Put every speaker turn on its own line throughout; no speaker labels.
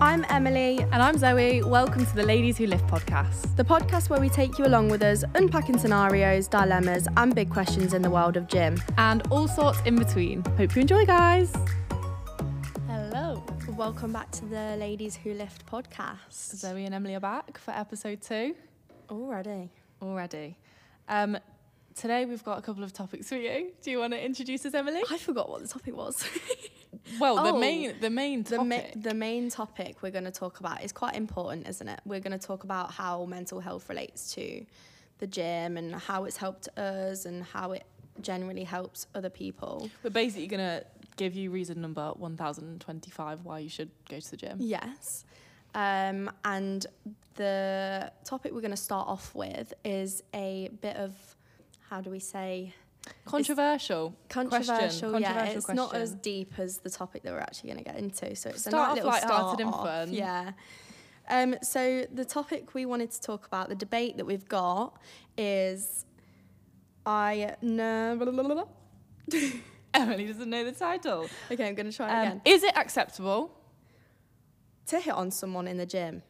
I'm Emily,
And I'm Zoe. Welcome to the Ladies Who Live podcast.
the podcast where we take you along with us, unpacking scenarios, dilemmas, and big questions in the world of gym.
And all sorts in between. Hope you enjoy, guys. Hello.
Welcome back to the Ladies Who Lift podcast.
Zoe and Emily are back for episode two
Already.
already. Um, today we've got a couple of topics for you. Do you want to introduce us, Emily?
I forgot what the topic was.
Well,
Oh.
the main the main
the,
topic.
ma- the main topic we're going to talk about is quite important, isn't it? We're going to talk about how mental health relates to the gym and how it's helped us and how it generally helps other people.
We're basically gonna give you reason number one thousand twenty five why you should go to the gym.
Yes. Um, and the topic we're going to start off with is a bit of, how do we say,
Controversial.
controversial. yeah,
controversial
it's not
question.
as deep as the topic that we're actually going to get into. So it's a
Start
nice
off
little
lighthearted
start
and
off,
fun.
Yeah. Um, so the topic we wanted to talk about, the debate that we've got, is I know.
Emily doesn't know the title.
Okay, I'm going to try
Um,
again.
is it acceptable?
To hit on someone in the gym.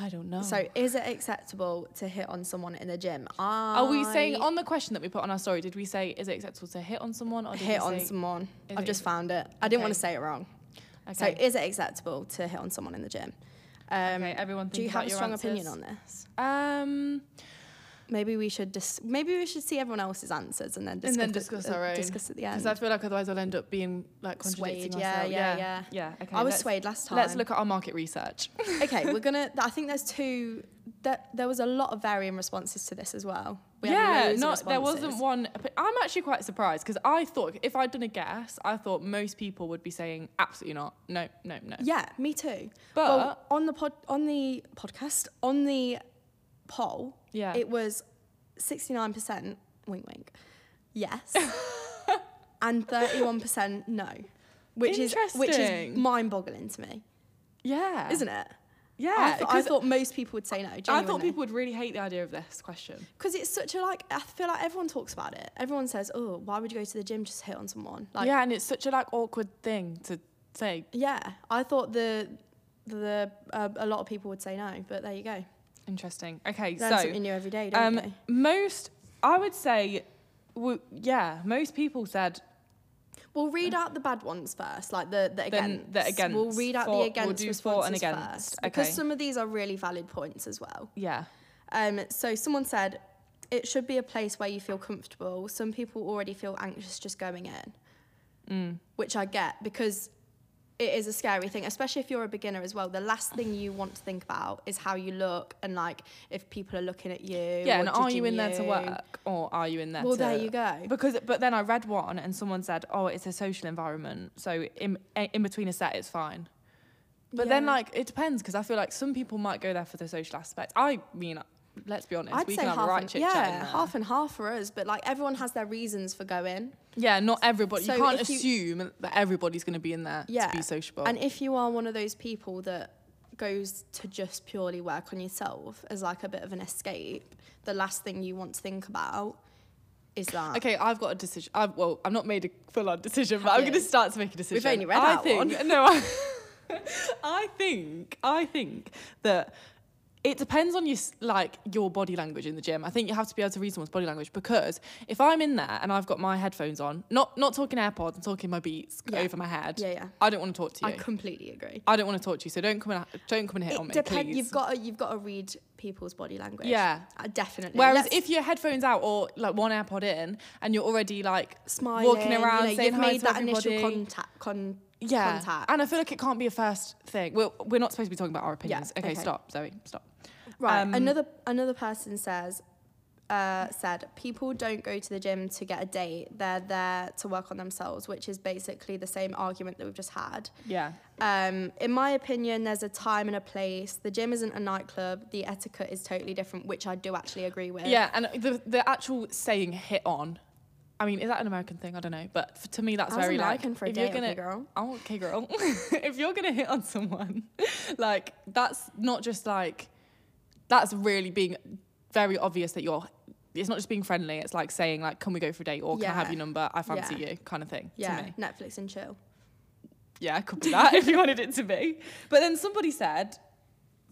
I don't know.
So, is it acceptable to hit on someone in the gym? I
Are we saying on the question that we put on our story, did we say is it acceptable to hit on someone or did
hit
we
on
say-
someone?
Is
I've
it-
just found it. I didn't want to
Okay.
say it wrong.
Okay.
So, is it acceptable to hit on someone in the gym? Um,
okay, everyone
do you
think
have
about
a
your
strong
answers.
opinion on this?
Um
Maybe we should dis- maybe we should see everyone else's answers and then discuss,
And then discuss
uh,
our own.
discuss at the end.
because I feel like otherwise I'll end up being like contradicting
Swayed, yeah,
myself.
yeah,
yeah. Yeah, okay.
I was
let's-
swayed last time.
Let's look at our market research.
okay, we're gonna. I think there's two. That there was a lot of varying responses to this as well. We had
yeah,
loads of
not there wasn't
responses.
one. but I'm actually quite surprised because I thought if I'd done a guess, I thought most people would be saying absolutely not, no, no, no.
Yeah, me too.
But
well, on the pod, on the podcast, on the poll,
yeah,
it was 69% wink wink yes and 31% no which is which is
Interesting.
mind-boggling to me
yeah,
isn't it I,
Yeah,
thought, I
because
thought most people would say no
I thought
genuinely
people would really hate the idea of this question.
because it's such a like i feel like everyone talks about it everyone says oh why would you go to the gym just to hit on someone like
yeah, and it's such a like awkward thing to say.
yeah, i thought the the uh, a lot of people would say no but there you go
Interesting. Okay,
learn
so
something new every day don't
um,
you
most I would say, w yeah, most people said
We'll read out the bad ones first, like the the
Then
against.
the
We'll
against.
read out
For-
the
we'll
against
do
responses
for and against.
first because
Okay.
some of these are really valid points as well.
yeah,
Um, so someone said it should be a place where you feel comfortable. Some people already feel anxious just going in,
mm,
which I get because it is a scary thing, especially if you're a beginner as well. The last thing you want to think about is how you look and like if people are looking at you.
yeah.
or
And are
judging
you in there to work or are you in there?
Well,
to
there you go.
Because, but then I read one and someone said, "Oh, it's a social environment, so in in between a set, it's fine." But then,
Yeah.
like, it depends because I feel like some people might go there for the social aspect. I mean, let's be honest,
I'd
we
say
can have
half,
a right
and,
chit chat.
yeah, half and half for us, but like everyone has their reasons for going.
yeah, not everybody.
So
you can't
if you-
assume that everybody's going to be in there
Yeah,
to be sociable.
And if you are one of those people that goes to just purely work on yourself as like a bit of an escape, the last thing you want to think about is that.
Okay, I've got a decision. I've, well, I've not made a full-on decision, but
Have
I'm going to
you?
start to make a decision.
only read
I
out
think, No, I, I think, I think that it depends on your s- like your body language in the gym. I think you have to be able to read someone's body language because if I'm in there and I've got my headphones on, not not talking AirPods, I'm talking my Beats
Yeah.
over my head.
Yeah, yeah.
I don't want to talk to
I
you. I,
completely agree.
don't want to talk to you, so don't come and don't come and hit on
It
me,
depends.
please.
You've got to, you've got to read people's body language.
Yeah.
Uh, definitely.
Whereas
Let's-
if your headphones out or like one AirPod in and you're already like
smiling,
walking around
you know,
saying
you've
hi
made
to
that initial
everybody.
contact. Con-
yeah.
contact.
And I feel like it can't be a first thing. We're, we're not supposed to be talking about our opinions. okay,
okay.
stop, Zoe, stop.
Right.
Um,
another another person says uh, said people don't go to the gym to get a date. They're there to work on themselves, which is basically the same argument that we've just had.
Yeah.
Um, in my opinion, there's a time and a place. The gym isn't a nightclub. The etiquette is totally different, which I do actually agree with.
Yeah, and the, the actual saying hit on, I mean, is that an American thing? I don't know. But f to me, that's
I was
very
American
like,
for a
if you're
date, okay,
gonna,
girl.
Oh, okay, girl. if you're going to hit on someone, like, that's not just like, that's really being very obvious that you're, it's not just being friendly. It's like saying, like, can we go for a date or can I have
Yeah.
your number? I fancy
Yeah.
you kind of thing
Yeah,
to me.
Netflix and chill.
yeah, it could be that if you wanted it to be. But then somebody said,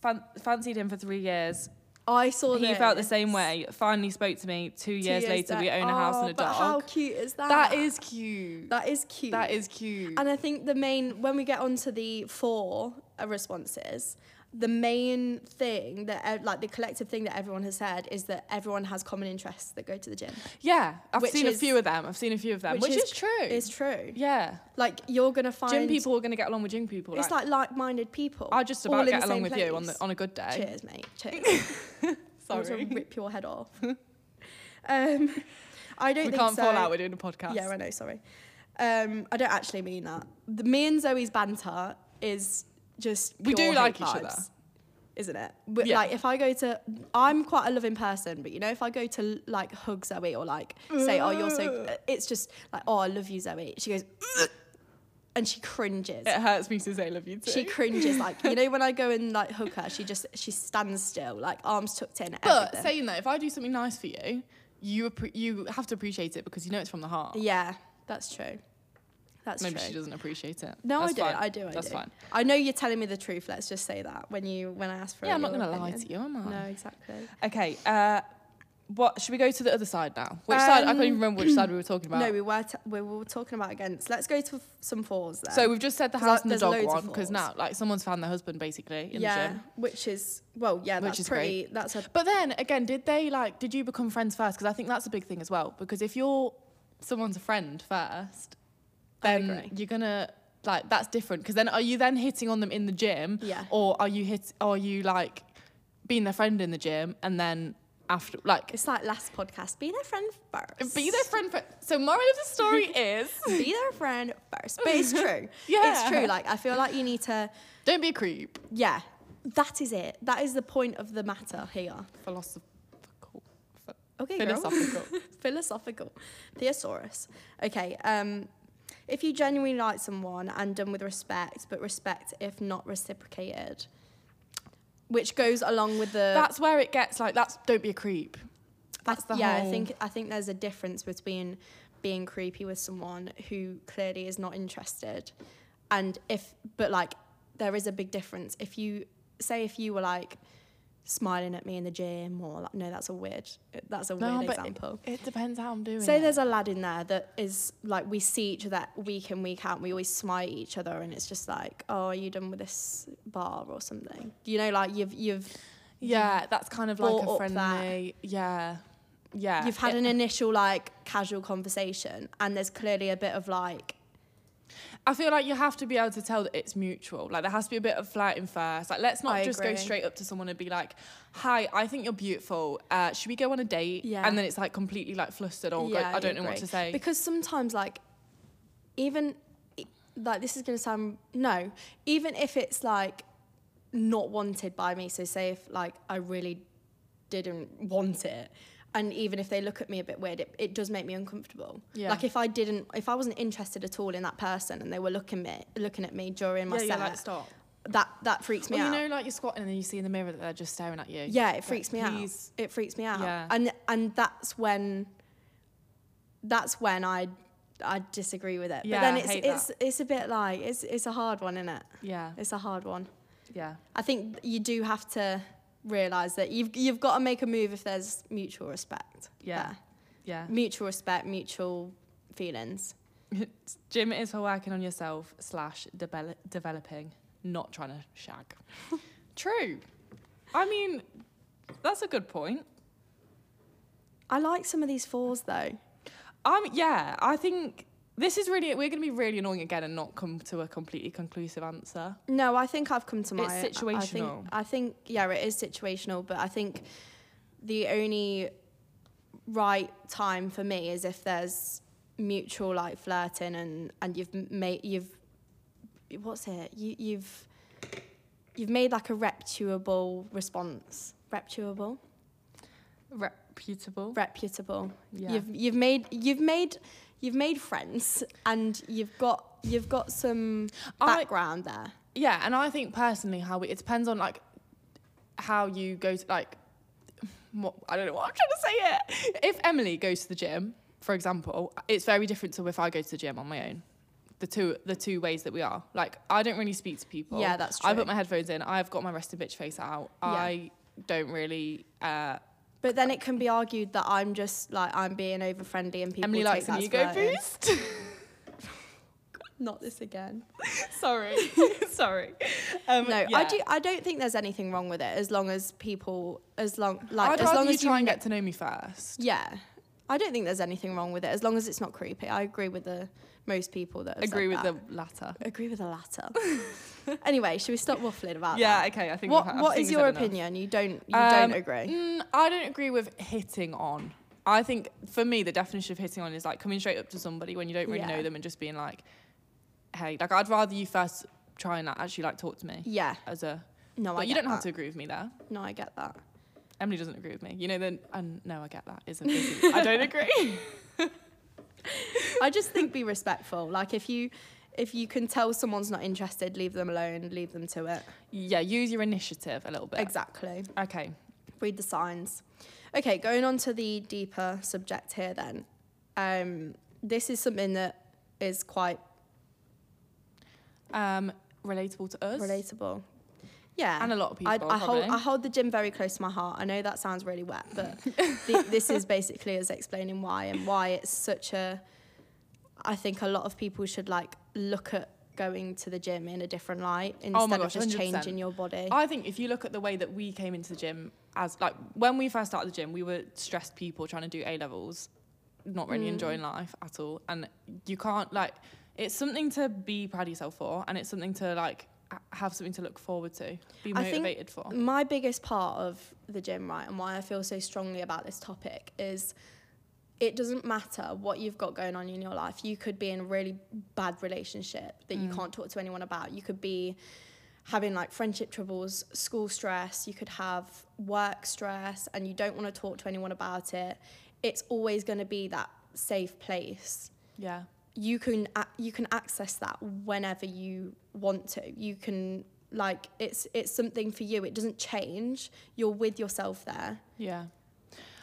fan- fancied him for three years.
I saw
he
this.
felt the same way. Finally spoke to me. Two,
Two
years, later, we
back.
own a house
Oh,
and a
but
dog.
How cute is that?
that is cute.
that is cute.
that is cute.
And I think the main, when we get onto the four uh, responses, the main thing that, ev- like the collective thing that everyone has said is that everyone has common interests that go to the gym.
yeah, I've
Which
seen
is-
a few of them. I've seen a few of them, which, is, true.
It's true.
yeah,
Like you're gonna find
gym people are going to get along with gym people.
It's like like-minded people.
I just
all
about
in
get
the
along
same
with you on the
place.
on a good day.
Cheers, mate. Cheers. I'm gonna
Sorry,
rip your head off. um, I don't.
we
think
can't
so.
fall out. We're doing a podcast.
Yeah, I know. Sorry. Um, I don't actually mean that. The, me and Zoe's banter is just
We do
pure hate
like each other.
vibes, isn't it? But
Yeah.
like, if I go to, I'm quite a loving person, but you know, if I go to like hug Zoe or like say, "Oh, you're so," it's just like, "Oh, I love you, Zoe." She goes, and she cringes.
it hurts me to say I love you too.
She cringes like you know when I go and like hug her, she just she stands still, like arms tucked in.
But
everything.
saying that, if I do something nice for you, you appre- you have to appreciate it because you know it's from the heart.
yeah, that's true. That's
Maybe
true.
she doesn't appreciate it.
No, I
That's
do.
fine.
I do. I
That's
do.
fine.
I know you're telling me the truth. Let's just say that when you when I ask for
Yeah, I'm not
your
going to lie
opinion.
to you, am I?
No, exactly.
Okay. Uh, what should we go to the other side now? Which side? I can't even
Um,
remember which side we were talking about.
no, we were t- we were talking about against. Let's go to f- some fours then.
so we've just said the
'Cause I-
house and the
there's
dog
loads of
one because
fours.
now, like, someone's found their husband basically in
yeah,
the gym.
which is well, yeah,
Which
that's
is
pretty. That's a
But then again, did they like? Did you become friends first? Because I think that's a big thing as well. Because if you're someone's friend first,
I
then
agree.
you're gonna like that's different. Because then are you then hitting on them in the gym,
yeah.
or are you hit? Are you like being their friend in the gym and then after like
It's like last podcast. Be their friend first.
be their friend? For, so moral of the story is
Be their friend first. But it's true.
yeah,
It's true. Like I feel like you need to.
Don't be a creep.
Yeah, that is it. That is the point of the matter here.
Philosophical.
Okay, girl.
Philosophical.
philosophical theosaurus okay um if you genuinely like someone and done with respect but respect if not reciprocated which goes along with the
that's where it gets like that's don't be a creep. that's the
yeah i
whole-
think i think there's a difference between being creepy with someone who clearly is not interested and if but like there is a big difference if you say if you were like smiling at me in the gym or like no that's a weird that's a
No,
weird
but
example
It depends how I'm doing.
Say
it.
there's a lad in there that is like we see each other week in week out. and We always smite each other, and it's just like, oh, are you done with this bar or something? You know, like you've you've
Yeah, that's kind of like
Mm. Brought
a
up that.
friendly. Yeah, yeah.
you've had
It-
an initial like casual conversation, and there's clearly a bit of like,
I feel like you have to be able to tell that it's mutual. Like there has to be a bit of flirting first. Like let's not
I
just
agree.
go straight up to someone and be like, "Hi, I think you're beautiful. Uh, should we go on a date?"
Yeah.
And then it's like completely like flustered or
Yeah,
go, I don't know what
agree.
to say.
Because sometimes like, even like this is gonna sound no, even if it's like not wanted by me. So say if like I really didn't want it. And even if they look at me a bit weird, it, it does make me uncomfortable.
Yeah.
Like if I didn't, if I wasn't interested at all in that person, and they were looking me, looking at me during my
yeah,
set,
you're like stop.
that that freaks me
Well,
out.
you know, like you're squatting and then you see in the mirror that they're just staring at you.
yeah, it freaks me out.
please.
It freaks me out.
Yeah.
And and that's when, that's when I I disagree with it.
Yeah,
but then
I
it's
hate
it's it's a bit like it's it's a hard one, isn't it?
Yeah,
It's a hard one.
yeah.
I think you do have to realize that you've you've got to make a move if there's mutual respect.
Yeah.
there.
Yeah.
mutual respect, mutual feelings.
Jim is for working on yourself slash devel- developing, not trying to shag. True. I mean, that's a good point.
I like some of these fours though.
Um, yeah, I think this is really. We're going to be really annoying again and not come to a completely conclusive answer.
No, I think I've come to my.
It's
I- I think,
situational.
I think yeah, it is situational, but I think the only right time for me is if there's mutual like flirting and and you've m- made you've what's it you you've you've made like a reputable response reputable
Reputable.
reputable
Yeah.
You've you've made you've made you've made friends and you've got you've got some
I-
background there.
yeah, and I think personally, how we, it depends on like how you go to like. What, I don't know what I'm trying to say. It. If Emily goes to the gym, for example, it's very different to if I go to the gym on my own. the two the two ways that we are. Like I don't really speak to people.
Yeah, that's
I
true.
put my headphones in. I've got my resting bitch face out.
Yeah.
I don't really. Uh,
But then it can be argued that I'm just like I'm being over friendly and people
Emily
take
likes
that
an
as
ego
flirting.
boost.
Not this again.
Sorry, sorry. Um,
no, I
yeah.
do. I don't think there's anything wrong with it as long as people, as long like
I'd
as
rather
long
you
as you
try and
kn-
get to know me first.
Yeah, I don't think there's anything wrong with it as long as it's not creepy. I agree with the most people that have said
Agree with
that.
the latter.
agree with the latter. anyway, should we stop waffling about
Yeah,
that?
okay. I think.
What
we've had- I
What
think
is
we've
your
had enough.
opinion? You don't you
Um,
don't agree.
Mm, I don't agree with hitting on. I think for me, the definition of hitting on is like coming straight up to somebody when you don't really
Yeah.
know them and just being like, "Hey, like I'd rather you first try and like, actually like talk to me
Yeah,
as a."
no, I.
but you
get
don't have
that.
to agree with me there.
No, I get that.
Emily doesn't agree with me. You know, then and no, I get that. Isn't busy. I don't agree.
I just think be respectful. Like if you if you can tell someone's not interested, leave them alone, leave them to it.
Yeah, use your initiative a little bit.
Exactly.
Okay.
Read the signs. Okay, going on to the deeper subject here then. Um, this is something that is quite
Um, relatable to us
relatable. Yeah.
and a lot of people.
I, I
probably.
hold I hold the gym very close to my heart. I know that sounds really wet, but thi- this is basically us explaining why and why it's such a. I think a lot of people should like look at going to the gym in a different light instead
Oh my
of
gosh,
just
100%.
changing your body.
I think if you look at the way that we came into the gym as like when we first started the gym, we were stressed people trying to do A levels, not really
Mm.
enjoying life at all. And you can't like it's something to be proud of yourself for and it's something to like ha- have something to look forward to, be
I think-
motivated for.
My biggest part of the gym, right, and why I feel so strongly about this topic is it doesn't matter what you've got going on in your life. You could be in a really bad relationship that you can't talk to anyone about. You could be having like friendship troubles, school stress, you could have work stress, and you don't want to talk to anyone about it. It's always going to be that safe place
Yeah.
you can a- you can access that whenever you want to you can like it's it's something for you it doesn't change you're with yourself there
Yeah.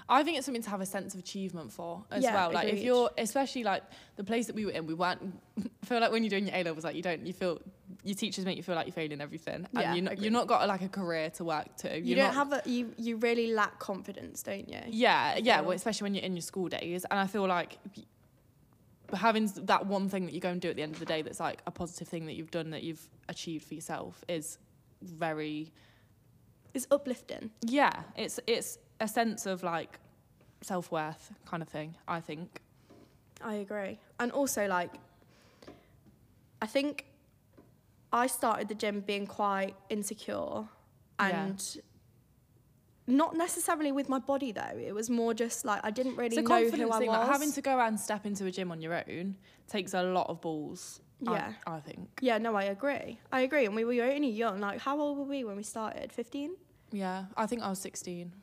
I think it's something to have a sense of achievement for as
Yeah,
well. Like if
agreed.
you're especially like the place that we were in, we weren't I feel like when you're doing your A levels like you don't you feel your teachers make you feel like you're failing everything. And
Yeah,
you're not
agreed.
you're not got like a career to work to.
you
You're
don't
not-
have a you you really lack confidence don't you
Yeah, yeah, well,
feel.
especially when you're in your school days. And I feel like y- having s- that one thing that you go and do at the end of the day that's like a positive thing that you've done that you've achieved for yourself is very
it's uplifting
yeah, it's it's a sense of like self-worth kind of thing, I think.
i agree and also like i think i started the gym being quite insecure
Yeah.
and not necessarily with my body though it was more just like i didn't really
it's a
know
confidence
who i
thing.
was
Like having to go out and step into a gym on your own takes a lot of balls. I-
yeah
I, think.
Yeah, no, I agree. I agree. And we were only young. Like, how old were we when we started? 15?
Yeah, I think I was 16.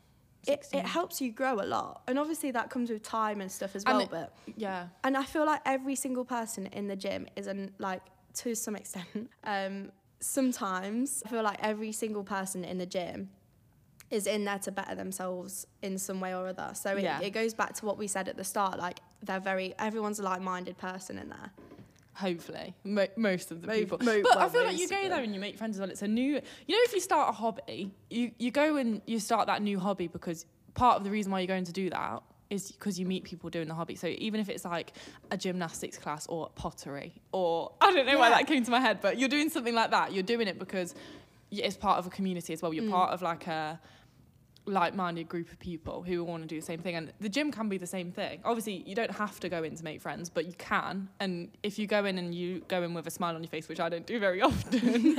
It,
16.
it helps you grow a lot. And obviously, that comes with time and stuff as
And
well.
it-
but
yeah.
And I feel like every single person in the gym is, an, like, to some extent, um, sometimes I feel like every single person in the gym is in there to better themselves in some way or other. So it,
Yeah.
it goes back to what we said at the start. Like, they're very, everyone's a like minded person in there.
Hopefully, Mo- most of the
Mo-
people.
mo-
but I
well,
feel like you
most of
go there
them.
and you make friends as well. It's a new. You know, if you start a hobby, you you go and you start that new hobby because part of the reason why you're going to do that is because you meet people doing the hobby. So even if it's like a gymnastics class or pottery or I don't know why
Yeah.
that came to my head, but you're doing something like that. You're doing it because y- it's part of a community as well. You're
Mm.
part of like a like-minded group of people who want to do the same thing and the gym can be the same thing obviously you don't have to go in to make friends but you can and if you go in and you go in with a smile on your face which i don't do very often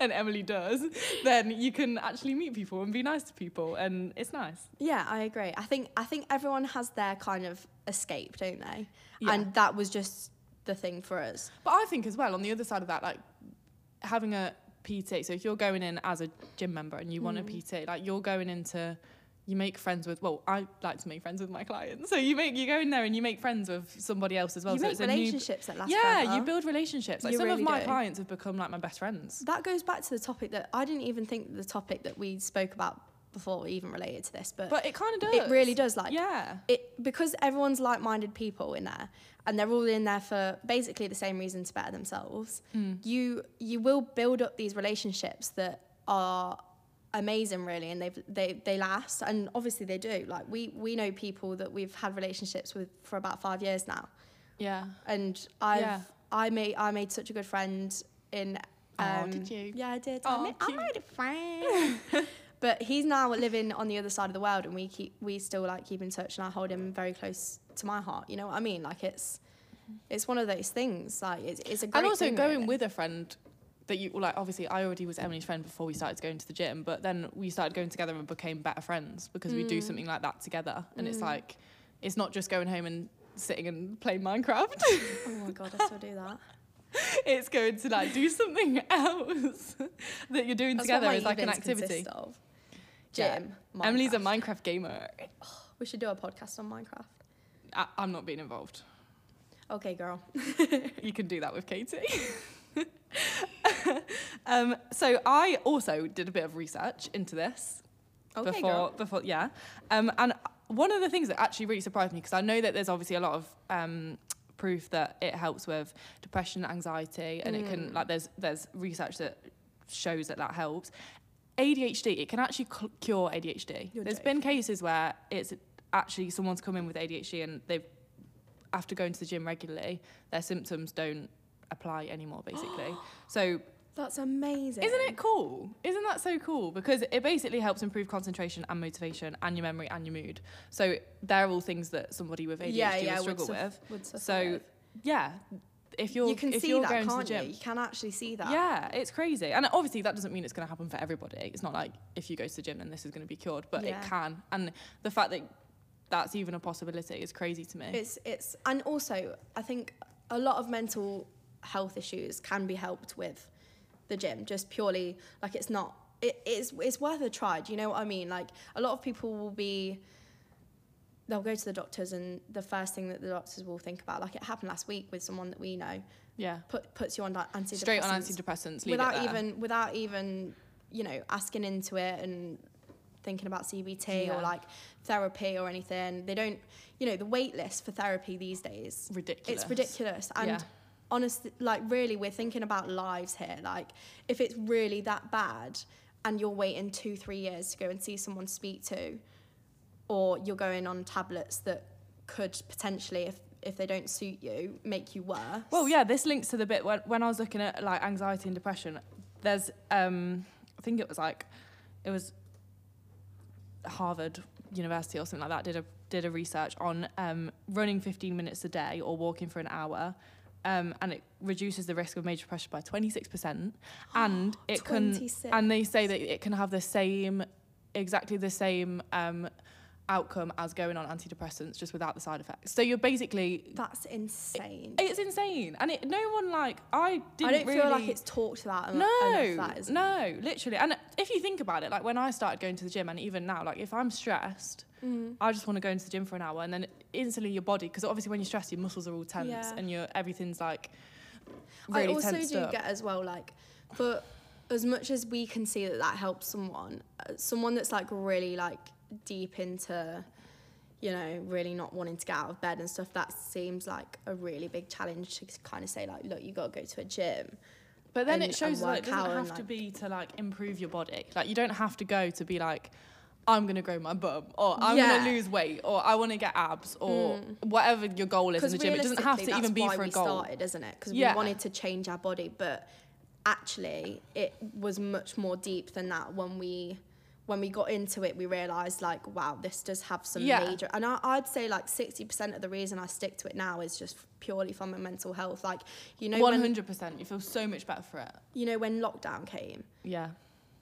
and emily does then you can actually meet people and be nice to people and it's nice
Yeah, I agree. I think I think everyone has their kind of escape, don't they?
Yeah.
And that was just the thing for us.
but i think as well on the other side of that like having a pta so if you're going in as a gym member and you want
Mm.
a pta like you're going into you make friends with well i like to make friends with my clients so you make you go in there and you make friends with somebody else as well
you
so
make
it's a new
relationships that last
yeah,
forever.
you build relationships. Like
You
some
really
of my
do.
clients have become like my best friends.
that goes back to the topic that I didn't even think the topic that we spoke about before we even related to this, but,
But it kind of does.
it really does. Like,
Yeah.
it because everyone's like-minded people in there and they're all in there for basically the same reason to better themselves you you will build up these relationships that are amazing really and they've they they last and obviously they do like we we know people that we've had relationships with for about five years now
Yeah.
and i've
Yeah.
i made i made such a good friend in
Aw,
um,
did you?
yeah i did
Aw,
I, made, I
cute.
made a friend but he's now living on the other side of the world and we keep we still like keep in touch and i hold him very close to my heart you know what i mean like it's it's one of those things like it's, it's a great
And also
thing,
going
really.
with a friend that you well, like. Obviously, I already was Emily's friend before we started going to the gym, but then we started going together and became better friends because we
Mm.
do something like that together. And it's like, it's not just going home and sitting and playing Minecraft.
oh my god i still do that
it's going to like do something else that you're doing
That's what
together
my
as like an
evenings
activity.
consist of.
Yeah.
gym
Emily's a
Minecraft.
Minecraft gamer.
we should do a podcast on minecraft
I, I'm not being involved.
okay girl
you can do that with Katie. um, so I also did a bit of research into this
okay
before
girl
before yeah, um, and one of the things that actually really surprised me because I know that there's obviously a lot of um, proof that it helps with depression, anxiety, and it
Mm.
can like there's there's research that shows that that helps. ADHD, it can actually cu- cure ADHD.
You're
There's been cases where it's actually someone's come in with ADHD and they've after going to the gym regularly, their symptoms don't apply anymore basically. so
that's amazing
isn't it cool? Isn't that so cool? Because it basically helps improve concentration and motivation and your memory and your mood. So they're all things that somebody with ADHD
yeah yeah
would
would
struggle
suff-
with.
would suffer
So
with.
Yeah. If you're
you can
if
see
you're
that,
going
can't
to the gym.
you? You can actually see that.
Yeah, it's crazy. And obviously that doesn't mean it's going to happen for everybody. It's not like if you go to the gym then this is going to be cured, but
Yeah.
it can. And the fact that that's even a possibility is crazy to me.
It's it's and also I think a lot of mental health issues can be helped with the gym just purely like it's not it is it's worth a try. Do you know what I mean? Like a lot of people will be they'll go to the doctors and the first thing that the doctors will think about like it happened last week with someone that we know
yeah.
put puts you on like antidepressants
Straight on antidepressants, leave
without
it there.
even without even you know asking into it and thinking about CBT
Yeah.
or like therapy or anything. They don't, you know, the wait list for therapy these days.
ridiculous.
It's ridiculous and
Yeah.
honestly like really we're thinking about lives here like if it's really that bad and you're waiting 2 3 years to go and see someone to speak to or you're going on tablets that could potentially if if they don't suit you make you worse.
Well, yeah, this links to the bit when, when I was looking at like anxiety and depression. There's, um, I think it was like, it was Harvard University or something like that did a did a research on um, running 15 minutes a day or walking for an hour, um, and it reduces the risk of major depression by 26 percent, and it can
26.
and they say that it can have the same, exactly the same. Um, outcome as going on antidepressants just without the side effects so you're basically
That's insane.
It's insane, and it, no one like I didn't
I don't
really
feel like it's talked about eno-
no,
enough. That is
no, literally. And if you think about it, like when I started going to the gym, and even now, like if I'm stressed,
Mm.
I just want to go into the gym for an hour, and then instantly your body, because obviously when you're stressed, your muscles are all tense,
Yeah.
and your everything's like
I
really
also
tensed
do
up.
get as well like, for as much as we can see that that helps someone, uh, someone that's like really like deep into, you know, really not wanting to get out of bed and stuff. That seems like a really big challenge to kind of say like, look, you got to go to a gym.
But then
and-
it shows
and
like it
work out
doesn't
and,
have to
like-
be to like improve your body. Like you don't have to go to be like, I'm gonna grow my bum, or I'm
Yeah. Mm.
gonna lose weight, or I want to get abs, or whatever your goal is in the gym. It doesn't have
realistically,
to even
that's
be
why
for a
we
goal.
started, isn't it? Because
Yeah.
we wanted to change our body, but actually, it was much more deep than that. When we when we got into it, we realised like, wow, this does have some
Yeah.
major. And I, I'd say like sixty percent of the reason I stick to it now is just purely from my mental health. Like, you know,
One
when,
hundred percent. You feel so much better for it.
you know when lockdown came,
Yeah.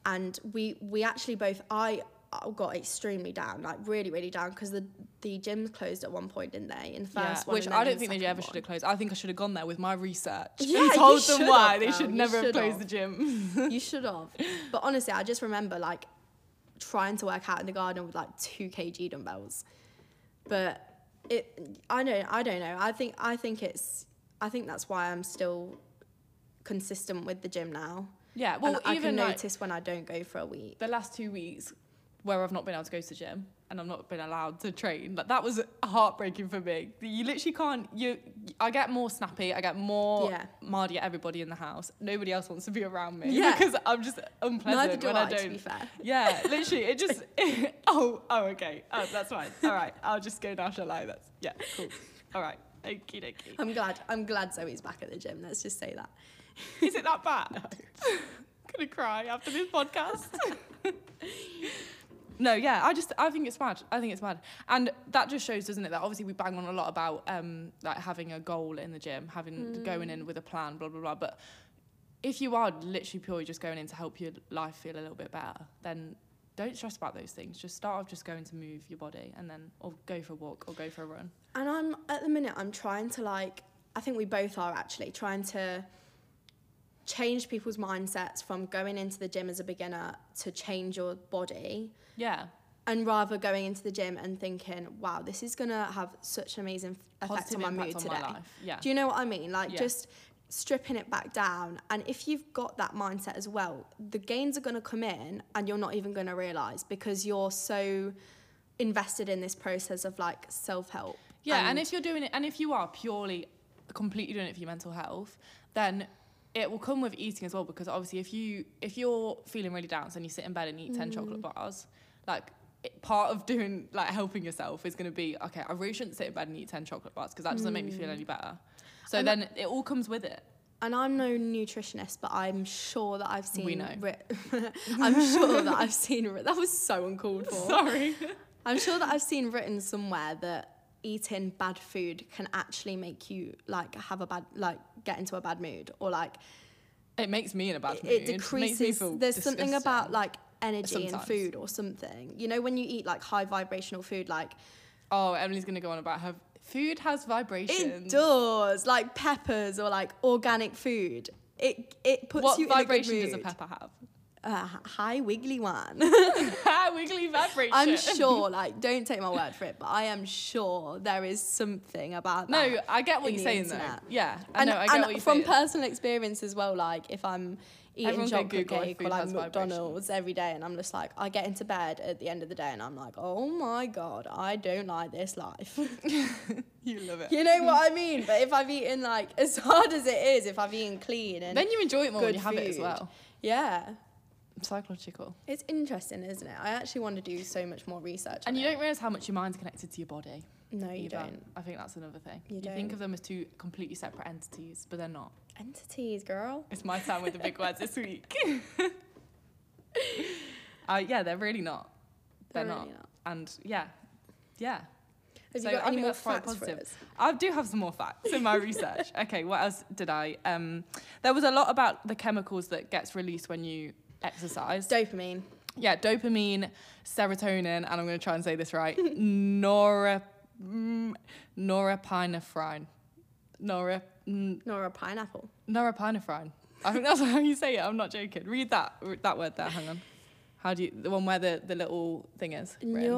and we we actually both I I got extremely down, like really really down, because the the gyms closed at one point, didn't they? In the first one,
Which
and then
I
in
don't
the
think they
second
ever
one.
should have closed. I think I should have gone there with my research
Yeah,
and
you
told them
should
why
have,
they
though.
should
You
never have
should have.
closed the gym.
you should have. But honestly, I just remember like trying to work out in the garden with like two kg dumbbells. But it, I don't, I don't know. I think, I think it's, I think that's why I'm still consistent with the gym now.
Yeah. Well,
and I
even
can
like,
notice when I don't go for a week.
the last two weeks where I've not been able to go to the gym and I've not been allowed to train. Like that was heartbreaking for me. You literally can't. You, I get more snappy. I get more
Yeah.
mardy at everybody in the house. Nobody else wants to be around me
Yeah.
because I'm just unpleasant
Neither do
when
I,
I don't.
to be fair.
Yeah, literally, it just. oh, oh, okay. Oh, that's fine. All right, I'll just go now, shall I? That's yeah, cool. All right, okie dokie.
I'm glad. I'm glad Zoe's back at the gym. Let's just say that.
Is it that bad? gonna cry after this podcast. no, yeah, I just I think it's mad. I think it's mad, and that just shows, doesn't it? That obviously we bang on a lot about um like having a goal in the gym, having
Hmm.
going in with a plan, blah blah blah. But if you are literally purely just going in to help your life feel a little bit better, then don't stress about those things. Just start off just going to move your body, and then or go for a walk or go for a run.
And I'm at the minute I'm trying to like I think we both are actually trying to change people's mindsets from going into the gym as a beginner to change your body
Yeah,
and rather going into the gym and thinking, wow, this is going to have such an amazing f- effect
positive
on my
impact
mood
on
today.
my life. Yeah,
Do you know what I mean? Like
Yeah.
just stripping it back down. And if you've got that mindset as well, the gains are going to come in and you're not even going to realize because you're so invested in this process of like self help.
Yeah, and, if you're doing it, and if you are purely, completely doing it for your mental health, then it will come with eating as well. Because obviously, if you if you're feeling really down and you sit in bed and eat ten chocolate
Mm.
bars, like it, part of doing like helping yourself is going to be okay. I really shouldn't sit in bed and eat ten chocolate bars because that doesn't make me feel any better. So
Mm. And
then it all comes with it.
and I'm no nutritionist, but I'm sure that I've seen.
We know.
writ- I'm sure that I've seen. writ- That was so uncalled for.
Sorry.
I'm sure that I've seen written somewhere that eating bad food can actually make you like have a bad like get into a bad mood or like
It makes me in a bad
it- it
mood. Makes me
decreases
feel
there's something
disgusting.
about like energy in
Sometimes.
food or something you know when you eat like high vibrational food like
Oh, Emily's going to go on about her food has vibrations.
it does like peppers or like organic food it it puts
What
you
vibration
in a
does
good
a
mood.
pepper have?
uh, h- high wiggly one
Wiggly vibration.
i'm sure like don't take my word for it but i am sure there is something about that
No, I get what
in
you're
the
saying
internet.
though. Yeah, I
and,
know. I
and
get what you're
from
saying.
personal experience as well, like if I'm eating
Everyone go
chocolate
Google if
cake or
food
like
has vibration.
McDonald's every day, and I'm just like, I get into bed at the end of the day, and I'm like, oh my god, I don't like this life.
you love it.
you know what I mean? But if I've eaten like as hard as it is, if I've eaten clean and
Then you enjoy it more when
Good
you have it as
food.
well.
yeah,
Psychological.
it's interesting, isn't it? I actually want to do so much more research.
And
on
you don't realize how much your mind's connected to your body.
it. no, you
either.
don't.
I think that's another thing.
You
think
don't.
of them as two completely separate entities, but they're not.
Entities, girl.
It's my time with the big words this week. uh, yeah, they're really not. They're
They're
not.
really not.
And yeah, yeah.
Have
So
you got
I
any
think
more
that's quite
facts for
positive.
us?
I do have some more facts in my research. Okay, what else did I? Um, there was a lot about the chemicals that gets released when you exercise.
Dopamine.
yeah, dopamine, serotonin, and I'm going to try and say this right. Nora, mm, norepinephrine, nora, mm,
Nor a pineapple.
norepinephrine. I think that's how you say it. I'm not joking. Read that that word there. Hang on. How do you? The one where the, the little thing is. written.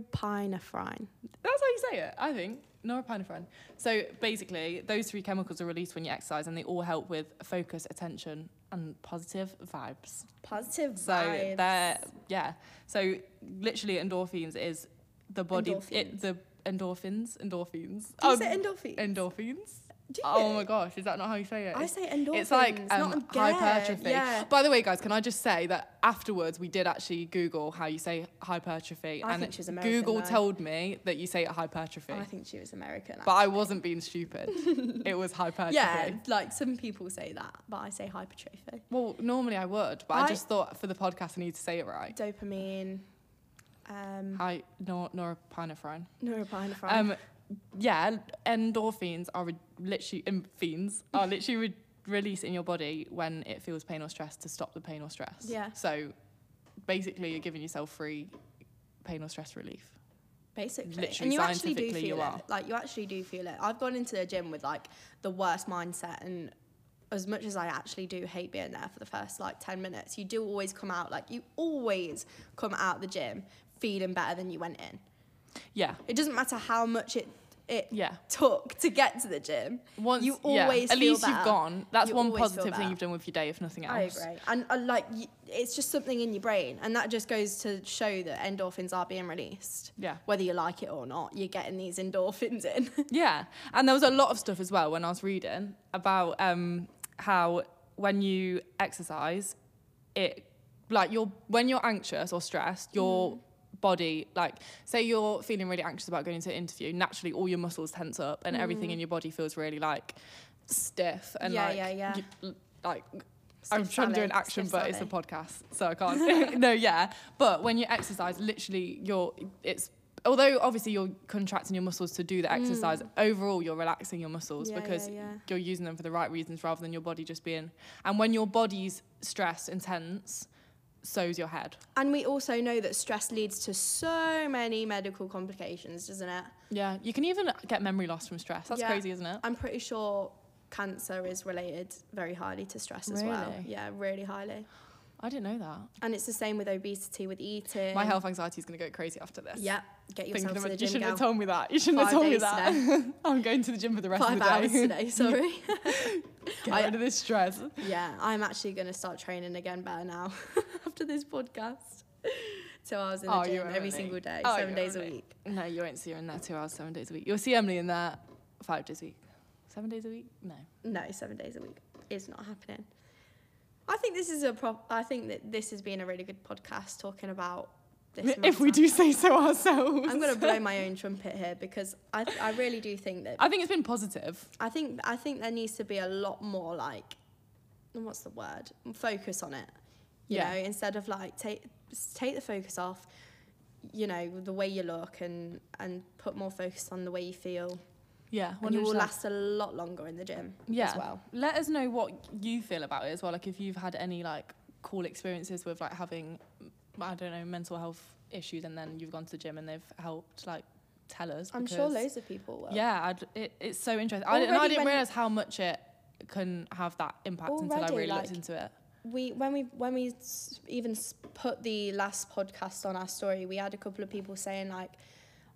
Neuropinephrine.
That's how you say it, I think. Norepinephrine. So basically, those three chemicals are released when you exercise, and they all help with focus, attention, and positive vibes.
Positive
So they're yeah. So literally, endorphins is the body. It,
Endorphins.
the endorphins, endorphins.
Do you
Um,
say endorphins?
endorphins.
Do you?
Oh my gosh, is that not how you say it?
I say endorphins.
It's like
not
um,
again.
hypertrophy.
Yeah.
By the way, guys, can I just say that afterwards we did actually Google how you say hypertrophy,
I
and
think she's American,
Google
though.
told me that you say it hypertrophy.
I think she was American.
But I wasn't being stupid. it was hypertrophy.
yeah, like some people say that, but I say hypertrophy.
Well, normally I would, but I,
I-
just thought for the podcast I need to say it right.
Dopamine, um,
Hi, nor norepinephrine.
neuropinephrine.
Um, yeah, endorphins are re- literally endorphins are literally re- released in your body when it feels pain or stress to stop the pain or stress.
Yeah.
So basically, you're giving yourself free pain or stress relief.
basically,
literally
and you actually do
scientifically you
feel
are.
it. Like you actually do feel it. I've gone into the gym with like the worst mindset, and as much as I actually do hate being there for the first like ten minutes, you do always come out like you always come out the gym feeling better than you went in.
Yeah.
It doesn't matter how much it it
Yeah.
took to get to the gym.
Once
You
yeah,
always
at
feel
least you've
better.
gone. That's
You
one
always feel
positive thing
better.
you've done with your day, if nothing
I
else.
agree. And uh, like, y- it's just something in your brain. And that just goes to show that endorphins are being released.
Yeah.
Whether you like it or not, you're getting these endorphins in.
Yeah, and there was a lot of stuff as well when I was reading about um, how when you exercise, it like you're when you're anxious or stressed, your
Mm-hmm.
body like say you're feeling really anxious about going into an interview, naturally all your muscles tense up and everything in your body feels really like stiff and
Mm. Yeah,
like
yeah, yeah.
you- like I'm
Stiff
trying to do an
salad,
action,
stiff
but it's a
salad.
podcast, so I can't. no, yeah, but when you exercise, literally, you're it's although obviously you're contracting your muscles to do the exercise. Overall, you're relaxing your muscles
Hmm. Yeah, yeah,
because
yeah.
you're using them for the right reasons rather than your body just being. And when your body's stressed and tense, so's your head.
and we also know that stress leads to so many medical complications, doesn't it?
Yeah, you can even get memory loss from stress. That's
Yeah.
crazy, isn't it?
I'm pretty sure cancer is related very highly to stress as well.
Really?
Yeah, really highly.
I didn't know that.
And it's the same with obesity, with eating.
My health anxiety is going to go crazy after this.
Yeah, get
Thinking
yourself to
of it,
the
you
gym,
shouldn't have
gal.
told me that. You shouldn't have
Five
told me
days
that. I'm going to the gym for the rest
Five
of the
hours
day.
today, sorry.
Get
I-
rid of this stress.
yeah, I'm actually going to start training again better now after this podcast. Two hours in the
Oh, you're
gym every
only-
single day,
oh,
seven
you're
days
only-
a week.
No, you won't see her in there two hours, seven days a week. You'll see Emily in there five days a week. Seven days a week? No.
No, seven days a week is not happening. I think this is a prop. I think that this has been a really good podcast talking about this.
if we
matter.
do say so ourselves.
I'm going to blow my own trumpet here because I, th- I really do think that
I think it's been positive.
I think I think there needs to be a lot more like what's the word focus on it you
Yeah.
know instead of like take take the focus off you know the way you look and and put more focus on the way you feel
Yeah.
and you will
100%.
last a lot longer in the gym
yeah.
as well
Let us know what you feel about it as well. Like if you've had any like cool experiences with like having mm, I don't know, mental health issues and then you've gone to the gym and they've helped like tell us.
I'm sure
because-
loads of people will
Yeah, I'd, it, it's so interesting. I didn't, and I
Already
didn't
when-
realize how much it can have that impact until I
Already,
really looked
like-
into it.
we when we when we s- even s- put the last podcast on our story we had a couple of people saying like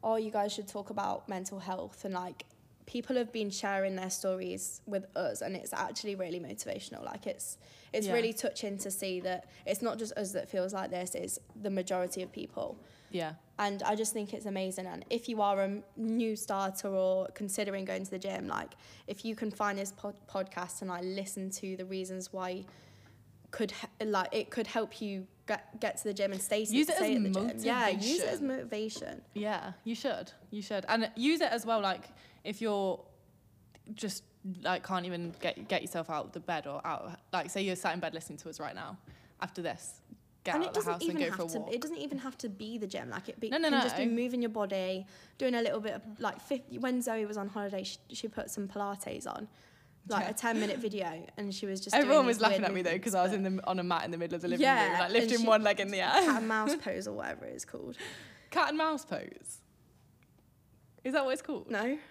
oh you guys should talk about mental health and like people have been sharing their stories with us and it's actually really motivational like it's it's
Yeah.
really touching to see that it's not just us that feels like this it's the majority of people
Yeah.
and I just think it's amazing. And if you are a m- new starter or considering going to the gym, like if you can find this pod- podcast and like listen to the reasons why could he- like it could help you get get to the gym and stay
Use it
stay
as
at the gym. Yeah, use it as
motivation.
motivation.
Yeah, you should. You should. And use it as well like if you're just like can't even get get yourself out of the bed or out like say you're sat in bed listening to us right now after this. Get
and it
out of the
doesn't
house and
even
go for a
have to.
walk.
It doesn't even have to be the gym. Like it be,
No, no,
can just be
no.
moving your body, doing a little bit of like 50, when Zoe was on holiday, she, she put some Pilates on, like
Yeah.
a ten minute video, and she was just. doing
Everyone
these
was laughing
weird
at me though
movements,
because I was
but-
in the on a mat in the middle of the living
Yeah,
room, like
and
lifting
she-
one leg in the air.
cat and mouse pose or whatever it's called.
Cat and mouse pose. Is that what it's called?
No.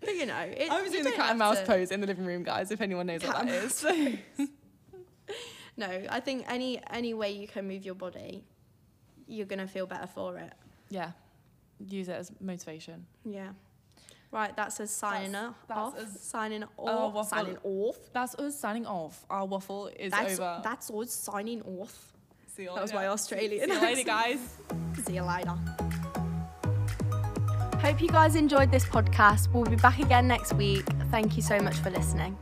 but you know, it,
I was
you
doing the
don't
cat and
have
mouse
to-
pose in the living room, guys. If anyone knows
Cat
what that
and
is,
No, I think any any way you can move your body, you're gonna feel better for it.
yeah, use it as motivation.
Yeah. Right, that's us signing
That's-
up.
that's
off.
us-
signing
Oh,
off.
waffle.
signing off.
That's us signing off. Our waffle is
That's
over.
that's us signing off.
See you
That was
later.
my Australian.
See you later,
accent.
guys.
See you later. Hope you guys enjoyed this podcast. We'll be back again next week. Thank you so much for listening.